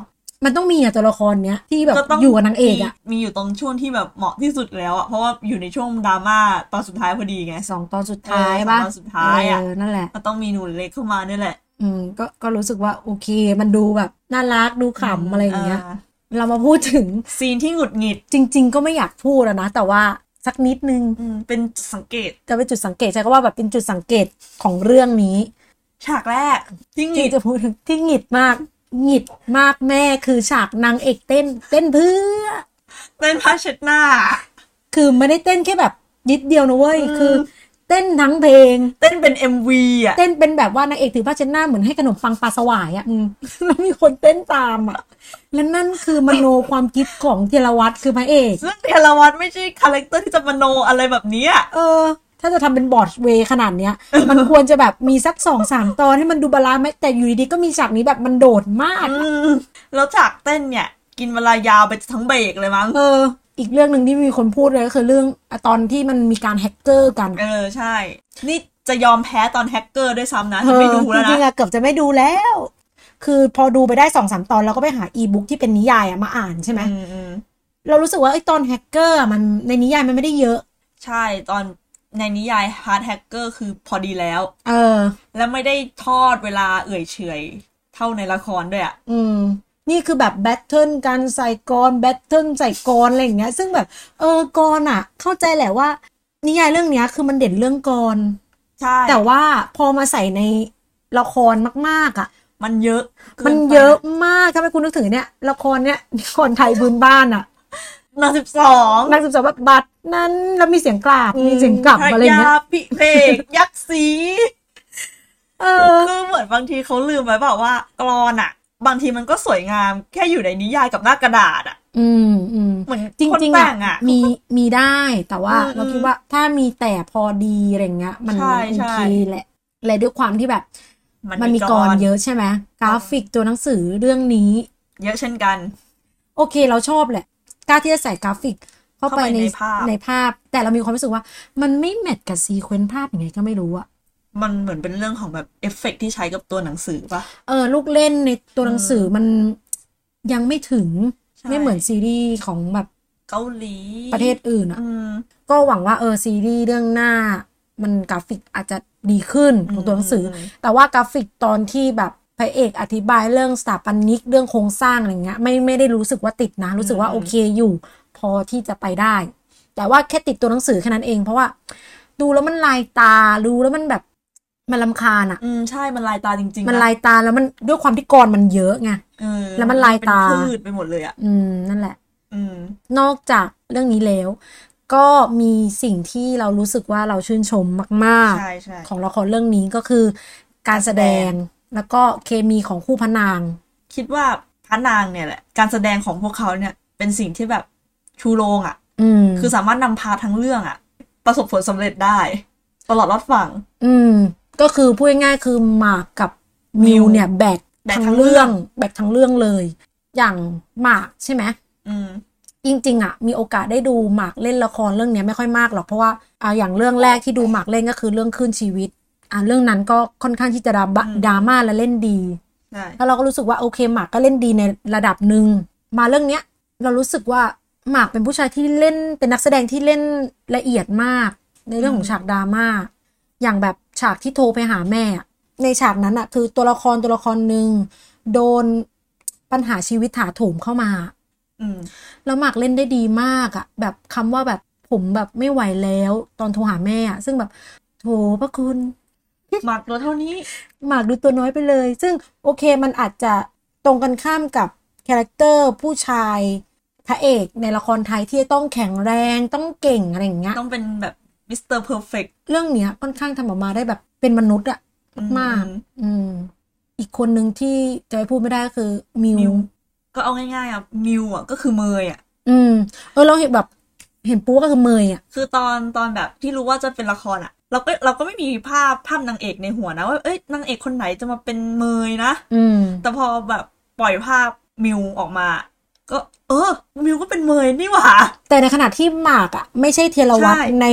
S1: มันต้องมีอะตัวละครเนี้ยที่แบบ
S2: ก็ต้อง
S1: อยู่กับนางเอกอะ
S2: มีมีอยู่ตรงช่วงที่แบบเหมาะที่สุดแล้วอ่ะเพราะว่าอยู่ในช่วงดราม่าตอนสุดท้ายพอดีไง
S1: สองตอนสุดท้ายป่ะ
S2: เออสองตอนสุดท้ายอะ
S1: เออนั่นแหละ
S2: ก็ต้องมีหนูเล็กเข้ามาเนี่ยแหละ
S1: อืม ก็ ก็รู้สึกว่า โอเค มันดูแบบ น่ารัก ดูขำอะไรอย่างเงี้ย
S2: า
S1: เรามาพูดถึง
S2: ซีนที่หงุดหงิด
S1: จริง ๆ ก็ไม่อยากพูดแล้วนะ แต่ว่าสักนิดนึง
S2: อืมเป็นจุดสังเกต
S1: จะเป็นจุดสังเกตใช่ก็ว่าแบบเป็นจุดสังเกตของเรื่องนี้
S2: ฉากแรกที่หงิ
S1: ที่
S2: ด
S1: จะพูดถึงที่หงิดมาก หงิดมากแม่คือฉากนางเอกเต้น เต้นเพื่อ
S2: เป็นผ้าเช็ดหน้า
S1: คือไม่ได้เต้นแค่แบบนิดเดียวนะเว้ย
S2: อืม
S1: คือ เต้นทั้งเพลง
S2: เต้นเป็น MV อ่ะ
S1: เต้นเป็นแบบว่านางเอกถือผ้าเช็ดหน้าเหมือนให้ขนมปังปลาสวายอะ่ะอื ม แล้วมีคนเต้นตามอะ่ะ และนั่นคือมโนความคิดของเทรวัตรคือพระเอก
S2: ซึ่งเทยรวัตไม่ใช่คาแรคเตอร์ที่จะมโนอะไรแบบเนี้ย
S1: เออ ถ้าจะทำเป็นบอร์ดเวย์ขนาดเนี้ ย มันควรจะแบบมีสักสองสามตอนให้มันดูบาลานซ์ไหมแต่อยู่ดีๆก็มีฉากนี้แบบมันโดดมาก
S2: อืมแล้วฉากเต้นเนี่ย กินเวลายาวไปทั้งเบรกเลยมั้ง
S1: เออ อีกเรื่องหนึ่งที่มีคนพูดเลยก็คือเรื่องตอนที่มันมีการแฮกเกอร์กัน
S2: เออใช่ นี่จะยอมแพ้ตอนแฮกเกอร์ด้วยซ้ำนะ
S1: เอ
S2: จะ
S1: อ
S2: ไม่ดู
S1: จ
S2: แล้ว
S1: ริงๆ
S2: นะ
S1: อะเกือบจะไม่ดูแล้ว คือพอดูไปได้สองสามตอนเราก็ไปหาอีบุ๊กที่เป็นนิยายอะมาอ่านใช่ไหม
S2: อืมอืม
S1: เรารู้สึกว่าไอ้ตอนแฮกเกอร์อะมันในนิยายมันไม่ได้เยอะ
S2: ใช่ตอนในนิยายฮาร์ดแฮกเกอร์คือพอดีแล้ว
S1: เออ
S2: และไม่ได้ทอดเวลาเอื่อยเฉอยเท่าในละครด้วยอ่ะ
S1: อืม นี่คือแบบแบทเทิลการใส่กรแบทเทิลใส่กรอะไรอย่างเงี้ย ซึ่งแบบ เออกรอ่ะ เข้าใจแหละว่า นิยายเรื่องเนี้ยคือมันเด่นเรื่องกร
S2: ใช่
S1: แต่ว่าพอมาใส่ในละครมากๆอ่ะ
S2: มันเยอะกิ
S1: มัน
S2: ไป
S1: เยอะมากถ้าไม่คุณนึกถึงเนี่ยละครเนี้ยละครไทยบืนบ้านอ่ะ
S2: นางสิบสอง
S1: นางสิบสองแบบบัตรนั้นแล้วมีเสียงกราบมีเสียงกลับอะไรอย่างเงี้ย
S2: พิเพ กยักษ์สี
S1: เออ
S2: คือเหมือนบางทีเขาลืมไว้บอกว่ากรอนอ่ะ บางทีมันก็สวยงามแค่อยู่ในนิยายกับหน้ากระดาษอ่ะ
S1: อืมอืม
S2: เหมือน
S1: จริง
S2: คน
S1: ๆ
S2: แต่งอ่ะ
S1: มีมีได้แต่ว่า
S2: อืม
S1: เราคิดว่าถ้ามีแต่พอดีอะไรเงี้ยมัน
S2: ใช่
S1: มันโอ
S2: ใช่
S1: เคแหละและด้วยความที่แบบมันมีกรเยอะใช่ไหมกราฟิกตัวหนังสือเรื่องนี้
S2: เยอะเช่นกัน
S1: โอเคเราชอบแหละกล้าที่จะใส่กราฟิกเข้าไป
S2: เข้าไป
S1: ใน
S2: ในภาพ
S1: ในภาพ แต่เรามีความรู้สึกว่า มันไม่แมทกับซีเควนต์ภาพยังไงก็ไม่รู้อะ
S2: มันเหมือนเป็นเรื่องของแบบเอฟเฟกต์ที่ใช้กับตัวหนังสือปะ
S1: เออลูกเล่นในตัวหนังสือมันยังไม่ถึง
S2: ใช่
S1: ไม่เหมือนซีรีส์ของแบบ
S2: เกาหลี
S1: ประเทศอื่นอะ
S2: อืม
S1: ก็หวังว่าเออซีรีส์เรื่องหน้า มันกราฟิกอาจจะดีขึ้นของตัวหนังสืออ
S2: ม
S1: แต่ว่ากราฟิกตอนที่แบบพระเอกอธิบายเรื่องสถาปนิกเรื่องโครงสร้างอะไรเงี้ยไม่ไม่ได้รู้สึกว่าติดนะ รู้สึกว่าโอเคอยู่ พอที่จะไปได้ แต่ว่าแค่ติดตัวหนังสือแค่นั้นเอง เพราะว่า ดูแล้วมันลายตาดูแล้วมันแบบมันลำคาญอะ
S2: อืมใช่มันลายตาจริงๆ
S1: มัน
S2: นะ
S1: ลายตาแล้วมันด้วยความที่กรมันเยอะไง
S2: เออ
S1: แล้วมันลายตา
S2: เป็นพืชไปหมดเลยอ่ะ
S1: อืมนั่นแหละ
S2: อืม
S1: นอกจากเรื่องนี้แล้ว ก็มีสิ่งที่เรารู้สึกว่าเราชื่นชมมาก
S2: ใช่ใช่
S1: ๆ ของละครเรื่องนี้ก็คือการแสดงแล้วก็เคมีของคู่พระนาง
S2: คิดว่าพระนางเนี่ยแหละ การแสดงของพวกเขาเนี่ยเป็นสิ่งที่แบบชูโรงอ่ะ
S1: อืม
S2: คือสามารถนำพาทั้งเรื่องอ่ะ ประสบผลสำเร็จได้ ตลอดรอดฝั่ง
S1: อืม ก็คือพูดง่ายๆคือหมากกับมิว
S2: มิว
S1: เนี่ยแบก
S2: แบก
S1: ทั้
S2: ทั้
S1: ง
S2: งเรื่
S1: เรื่อ
S2: อง ง
S1: แบกทั้งเรื่องเลย อย่างหมากใช่ไหม
S2: อืม
S1: จริงๆอ่ะมีโอกาสได้ดูหมากเล่นละครเรื่องเนี้ยไม่ค่อยมากหรอกเพราะว่าอ่าอย่างเรื่องแรกที่ดูหมากเล่นก็คือเรื่องคลื่นชีวิตอ่าเรื่องนั้นก็ค่อนข้างที่จะดราม่า
S2: อืม
S1: ดราม่าและเล่นดี
S2: ใช่
S1: แล้วเราก็รู้สึกว่าโอเคหมากก็เล่นดีในระดับหนึ่งมาเรื่องเนี้ยเรารู้สึกว่าหมากเป็นผู้ชายที่เล่นเป็นนักแสดงที่เล่นละเอียดมาก ในเรื่องของฉากดราม่าอย่างแบบฉากที่โทรไปหาแม่อะในฉากนั้นอะคือตัวละครตัวละครหนึ่งโดนปัญหาชีวิตถาโถมเข้ามา
S2: อืม
S1: แล้วหมากเล่นได้ดีมากอะแบบคำว่าแบบผมแบบไม่ไหวแล้วตอนโทรหาแม่อะซึ่งแบบโถพระคุณ
S2: หมากตัวเท่านี้
S1: หมากดูตัวน้อยไปเลย ซึ่งโอเคมันอาจจะตรงกันข้ามกับคาแรคเตอร์ผู้ชายพระเอกในละครไทยที่จะต้องแข็งแรงต้องเก่งอะไรอย่างเงี้ย
S2: ต้องเป็นแบบมิสเตอร์เพอร์เฟกต์
S1: เรื่องเนี้ยค่อนข้างทำออกมาได้แบบเป็นมนุษย์อะมากๆอืม อีกคนหนึ่งที่จะไปพูดไม่ได้ก็คือมิว
S2: มิว ก็เอาง่ายๆอ่ะมิวอ่ะก็คือเมยอ่ะ
S1: อืม เออเราเห็นแบบเห็นปุ๊บก็คือเมยอะ
S2: คือตอนตอนแบบที่รู้ว่าจะเป็นละครอ่ะ เราก็เราก็ไม่มีภาพภาพนางเอกในหัวนะว่าเอ้ยนางเอกคนไหนจะมาเป็นเมยนะ
S1: อืม
S2: แต่พอแบบปล่อยภาพมิวออกมา ก็ เออ มิวก็เป็นเมยนี่หว่า
S1: แต่ในขณะที่หมากอะไม่ใช่เทยรวัตร
S2: ใช่
S1: ใน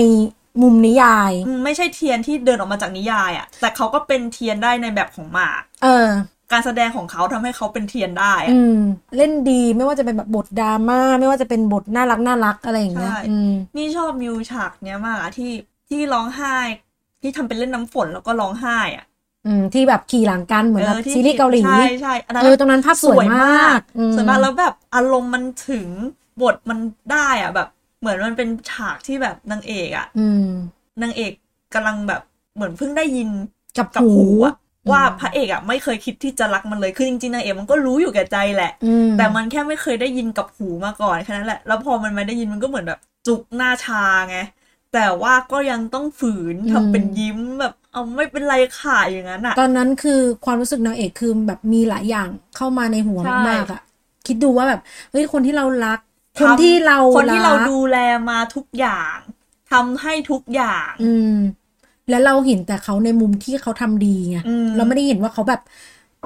S1: มุมนิยาย
S2: อืมไม่ใช่เทียนที่เดินออกมาจากนิยายอะ่ะ แต่เขาก็เป็นเทียนได้ในแบบของหมาก
S1: เออ
S2: การแสดงของเขาทำให้เขาเป็นเทียนได้อะ
S1: อืม เล่นดีไม่ว่าจะเป็นแบบบทดราม่าไม่ว่าจะเป็นบทน่ารักน่ารักอะไรอย่างเงี้ย
S2: ใช่
S1: อืม
S2: นี่ชอบมิวฉากเนี้ยมากอะที่ที่ร้องไห้ ที่ทำเป็นเล่นน้ำฝนแล้วก็ร้องไห้อะ
S1: อืม ที่แบบขี่หลังกันเหมือนแบบ
S2: ที่
S1: ซีรีส์เกาหลี
S2: ใช่ใช่อันนั้น
S1: เออตรงนั้นภาพสวยมากอื
S2: สวยมากแล้วแบบอารมณ์มันถึงบทมันได้อะแบบ เหมือนมันเป็นฉากที่แบบนางเอกอะ
S1: อืม
S2: นางเอกกำลังแบบเหมือนเพิ่งได้ยิน
S1: กับ
S2: กับ
S1: หู
S2: หูอะว่า
S1: อืม
S2: พระเอกอะไม่เคยคิดที่จะรักมันเลยคือจริงๆนางเอกมันก็รู้อยู่แก่ใจแหละ
S1: อืม
S2: แต่มันแค่ไม่เคยได้ยินกับหูมาก่อนแค่นั้นแหละ แล้วพอมันมาได้ยินมันก็เหมือนแบบ จุกหน้าชาไงแต่ว่าก็ยังต้องฝืนทำเป็นยิ้มแบบเอาไม่เป็นไรค่ะอย่างนั้นอะ
S1: ตอนนั้นคือความรู้สึกนางเอกคือแบบมีหลายอย่างเข้ามาในหัว
S2: ใช่
S1: มากๆอะคิดดูว่าแบบเฮ้ยคนที่เรารัก คนที่เรา
S2: คนที่เรา
S1: ก
S2: ดูแลมาทุกอย่างทำให้ทุกอย่าง
S1: อืม แล้วเราเห็นแต่เขาในมุมที่เขาทำดีไง
S2: อืม
S1: เราไม่ได้เห็นว่าเขาแบบ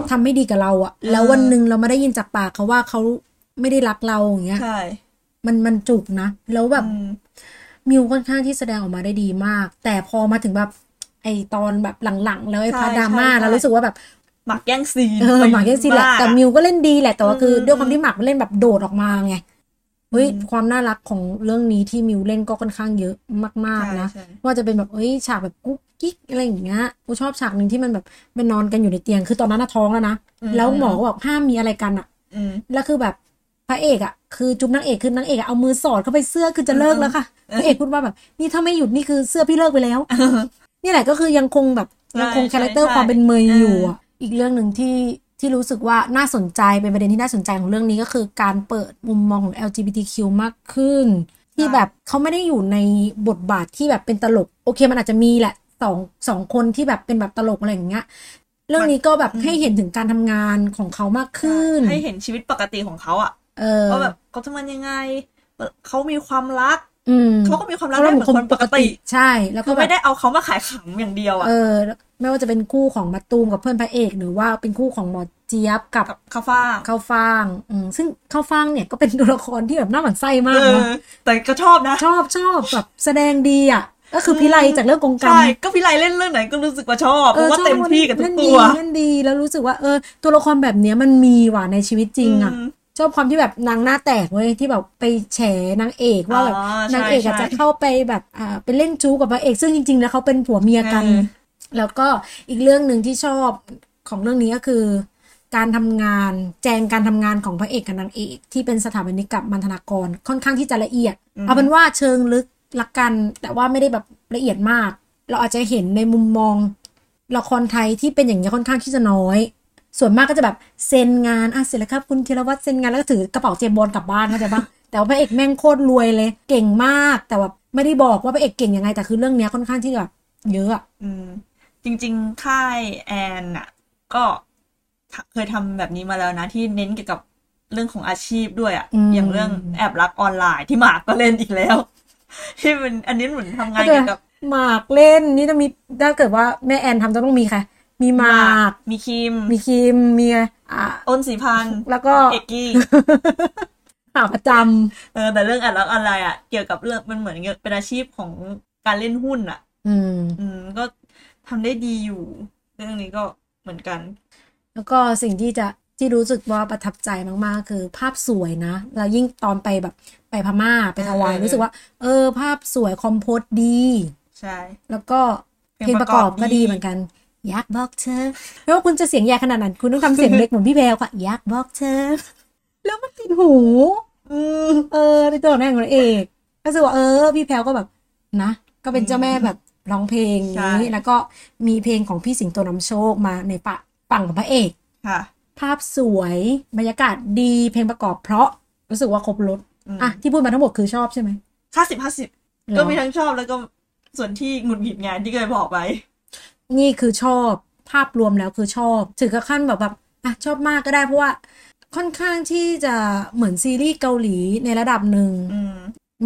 S1: ทำไม่ดีกับเราอะแล้ว
S2: เออ
S1: วันหนึ่งเราไม่ได้ยินจากปากเขาว่าเขาไม่ได้รักเราอย่างเงี้ย
S2: ใช่
S1: มันมันจุกนะแล้วแบบ
S2: อืม
S1: มิวค่อนข้างที่แสดงออกมาได้ดีมาก แต่พอมาถึงแบบไอตอนแบบหลังๆ แล้วไอพาร์ทดราม่าเรารู้สึกว่าแบบ
S2: หมักแย่งซีน
S1: เออ
S2: ไป
S1: หมากเล่นซีแหละ
S2: าก
S1: แต่
S2: อะ
S1: มิวก็เล่นดีแหละแต่ว่าคืออ
S2: ม
S1: ด้วยความที่หมากมันเล่นแบบโดดออกมาไงเฮ้ย
S2: อืม
S1: ความน่ารักของเรื่องนี้ที่มิวเล่นก็ค่อนข้างเยอะมาก
S2: ใช่
S1: ๆนะ
S2: ใช่
S1: ว่าจะเป็นแบบเอ้ยฉากแบบกุ๊กกิ๊กอะไรอย่างเงี้ย กูชอบฉากหนึ่งที่มันแบบมันนอนกันอยู่ในเตียง คือตอนนั้นน่ะท้องแล้วนะ แล้วหมอก็บอกห้ามมีอะไรกันอะ
S2: อืม
S1: แล้วคือแบบพระเอกอะคือจุ๊บนางเอกคือนางเอกอะเอามือสอดเข้าไปเสื้อคือจะเลิกแล้วค่ะพระเอกพูดว่าแบบนี่ถ้าไม่หยุดนี่คือเสื้อพี่เลิกไปแล้ว นี่แหละก็คือยังคงแบบ
S2: ใช่
S1: ยังคง
S2: ใช่
S1: คาแรคเตอร์
S2: ใช่
S1: ความเป็นเมย
S2: เอ
S1: อ
S2: ออ
S1: ยู่อะอีกเรื่องหนึ่งที่ที่รู้สึกว่าน่าสนใจเป็นประเด็นที่น่าสนใจของเรื่องนี้ก็คือการเปิดมุมมองของ LGBTQ มากขึ้น ที่แบบเขาไม่ได้อยู่ในบทบาทที่แบบเป็นตลก โอเคมันอาจจะมีแหละสองสองคนที่แบบเป็นแบบตลกอะไรอย่างเงี้ยเรื่องนี้ก็แบบให้เห็นถึงการทำงานของเขามากขึ้น
S2: ให้เห็นชีวิตปกติของเขาอะ
S1: เออ
S2: ว่าแบบเขาทำงานยังไง เขามีความรัก
S1: อืม
S2: เขาก็มีความรักได้เหมือนคนปกติ
S1: ใช่แล้ว
S2: คื
S1: ก็
S2: อ
S1: แบ
S2: ไม่
S1: บ
S2: ได้เอาเขามาขายขำอย่างเดียวอะ
S1: เออไม่ว่าจะเป็นคู่ของมาตูมกับเพื่อนพระเอก หรือว่าเป็นคู่ของหมอเจี๊ยบกับ
S2: กับข้าวฟ่าง
S1: ข้าวฟ่างอืมซึ่งข้าวฟ่างเนี่ยก็เป็นตัวละครที่แบบน่าหมั่นไส้มาก
S2: เออ
S1: นะ
S2: แต่ก็ชอบนะ
S1: ชอบชอบแบบแสดงดีอ่ะ ก็คือพิไลจากเรื่องกงกรรม
S2: ใช่ ก็พี่ไลเล่นเรื่องไหนก็รู้สึกว่าชอบ เพราะว่า
S1: ชอบ
S2: เต็มที่กับทุ
S1: เล่
S2: ก
S1: น
S2: ตั
S1: ดี
S2: ว
S1: เล่นดีแล้วรู้สึกว่า เออ ตัวละครแบบเนี้ยมันมีว่ะในชีวิตจริงอ่ะ
S2: อืม
S1: ชอบความที่แบบนางหน้าแตกเว้ยที่แบบไปแฉนางเอกว่าแบบ
S2: อ๋อใช่
S1: นางเอกอาจ
S2: ใช่
S1: จะเข้าไปแบบอ่าไปเล่นจู้กับพระเอกซึ่งจริงๆ แล้วเขาเป็นผัวเมียกัน
S2: เออ
S1: แล้วก็อีกเรื่องหนึ่งที่ชอบของเรื่องนี้ก็คือ การทำงานแจงการทำงานของพระเอกกับนางเอกที่เป็นสถาปนิกกับมันธนากรค่อนข้างที่จะละเอียด เอาเป็นว่าเชิงลึกละกัน แต่ว่าไม่ได้แบบละเอียดมาก เราอาจจะเห็นในมุมมองละครไทยที่เป็นอย่างนี้ยค่อนข้างที่จะน้อย ส่วนมากก็จะแบบเซ็นงานอ่ะเสร็จแล้วครับคุณธีรวัตรเซ็นงานแล้วก็ถือกระเป๋าเจมส์บอลกลับบ้านเข้าใจปะ แต่ว่าพระเอกแม่งโคตรรวยเลย เก่งมากแต่แบบ ไม่ได้บอกว่าพระเอกเก่งยังไงแต่คือเรื่องเนี้ยค่อนข้างที่แบบเยอะอะ
S2: อืม จริง ๆ ค่ายแอนน่ะ ก็ทำเคยทำแบบนี้มาแล้วนะ ที่เน้นเกี่ยวกับเรื่องของอาชีพด้วยอะอย่างเรื่องแอบรักออนไลน์ที่หมาก ก็เล่นอีกแล้ว ที่มันอันนี้เหมือนทำงานเกี่ยวกับ
S1: หมากเล่นนี่จะมีถ้าเกิดว่าแม่แอนทำจะต้องมีใครมีหมาก
S2: มีคิม
S1: มีคิมมีอ่ะ
S2: อ้นสีพันธ์
S1: แล้วก็
S2: เอกกี้
S1: ข่าวประจ
S2: เออแต่เรื่องอัดรักออนไลน์อ่ะเกี่ยวกับเรื่องมันเหมือนเงี้ยเป็นอาชีพของการเล่นหุ้นอ่ะ
S1: ำอืม
S2: อืมก็ทำได้ดีอยู่ เรื่องนี้ก็เหมือนกัน
S1: แล้วก็สิ่งที่จะที่รู้สึกว่าประทับใจมากๆ คือภาพสวยนะแล้วยิ่งตอนไปแบบไปพม่าไปทวาย
S2: เออ
S1: รู้สึกว่า เออ ภาพสวยคอมโพสดี
S2: ใช่
S1: แล้วก็เพ
S2: เพล
S1: ลง
S2: ง
S1: ป
S2: ประ ระ
S1: ก
S2: ก
S1: อ
S2: อ
S1: บบ ก็
S2: ดี
S1: ดีเหมือนกันอยากบอกเธอไม่ว่าคุณจะเสียงแย่ขนาดนั้นคุณต้องทำเสียงเล็กเหมือนพี่แพรวค่ะอยากบอกเธอ แล้วมันติดหู
S2: อืม
S1: เออในตัวของนางของนางเอกก็คือว่าเออ พี่แพลวก็แบบนะ ก็เป็นเจ้าแม่แบบร้องเพลง
S2: ใช่
S1: นี้แล้วก็มีเพลงของพี่สิงโตนำโชคมาในปะฝั่งของพระเอก
S2: ค่ะ
S1: ภาพสวยบรรยากาศดีเพลงประกอบเพราะรู้สึกว่าครบรถ
S2: อืม
S1: อ่ะที่พูดมาทั้งหมดคือชอบใช่ไหม
S2: ห้าสิบห้าสิบก็มีทั้งชอบแล้วก็ส่วนที่หงุดหงิดงานที่เคยบอกไป
S1: นี่คือชอบภาพรวมแล้วคือชอบถึงกับขั้นแบบแบบอ่ะชอบมากก็ได้เพราะว่า ค่อนข้างที่จะเหมือนซีรีส์เกาหลีในระดับหนึ่ง
S2: อืม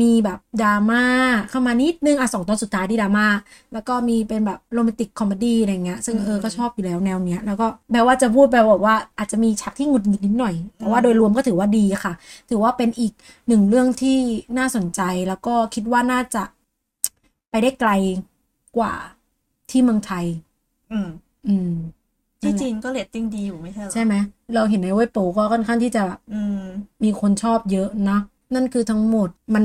S1: มีแบบดราม่าเข้ามานิดนึงอ่ะสองตอนสุดท้ายที่ดราม่าแล้วก็มีเป็นแบบโรแมนติกคอมเมดี้อะไรเงี้ยซึ่ง
S2: อืม
S1: เออก็ชอบอยู่แล้วแนวเนี้ย แล้วก็แม้ว่าจะพูดไปบอกว่าอาจจะมีฉากที่หงุดหงิดนิดหน่อย แต่ว่า
S2: อืม
S1: โดยรวมก็ถือว่าดีค่ะ ถือว่าเป็นอีกหนึ่งเรื่องที่น่าสนใจแล้วก็คิดว่าน่าจะ ไปได้ไกลกว่าที่เมืองไทย
S2: อืม
S1: อืม
S2: ที่จีนก็เรตติ้งดีอยู่ไม่ใช่เหรอ
S1: ใช่ไหมเราเห็นในเว็บโปก็ค่อนข้างที่จะ
S2: อืม
S1: มีคนชอบเยอะนะ นั่นคือทั้งหมดมัน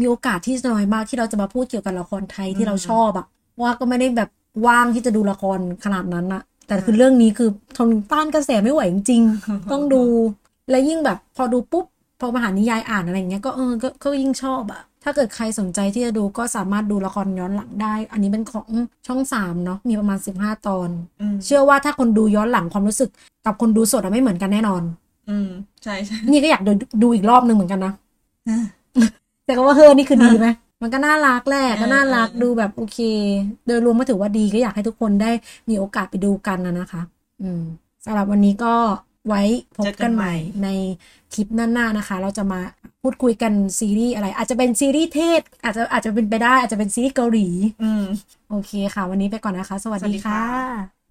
S1: มีโอกาสที่น้อยมากที่เราจะมาพูดเกี่ยวกับละครไทยที่
S2: อืม
S1: เราชอบอะว่าก็ไม่ได้แบบว่างที่จะดูละครขนาดนั้นอะแต่คือ
S2: ใช่
S1: เรื่องนี้คือทนต้านกระแสไม่ไหวจริงๆ ต้องดู และยิ่งแบบพอดูปุ๊บ พอมาหานิยายอ่านอะไรอย่างเงี้ยก็เออก็ก็ยิ่งชอบอะถ้าเกิดใครสนใจที่จะดูก็สามารถดูละครย้อนหลังได้ อันนี้เป็นของช่องสามเนาะมีประมาณสิบห้าตอน
S2: อืม
S1: เชื่อว่าถ้าคนดูย้อนหลังความรู้สึก กับคนดูสดอะไม่เหมือนกันแน่นอน
S2: อืม ใช่ใช่
S1: นี่ก็อยากดูดูอีกรอบหนึ่งเหมือนกันนะ
S2: อ่ะ
S1: แต่ก็ว่าเฮ้อนี่คือดีไหม มันก็น่ารักแหละ
S2: เออ
S1: ก็น่ารัก
S2: เออ
S1: ดูแบบโอเค โดยรวมก็ถือว่าดีก็อยากให้ทุกคนได้มีโอกาสไปดูกันนะนะคะ อืมสำหรับวันนี้ก็ไว้พบกันใหม่ในคลิปหน้าๆนะคะ เราจะมาพูดคุยกันซีรีส์อะไร อาจจะเป็นซีรีส์เทศ อาจจะอาจจะเป็นไปได้ อาจจะเป็นซีรีส์เกาหลี
S2: อืม
S1: โอเคค่ะ วันนี้ไปก่อนนะคะ สวัส
S2: สวัส
S1: ดี
S2: ดี
S1: ค่
S2: ค่ะ
S1: ะ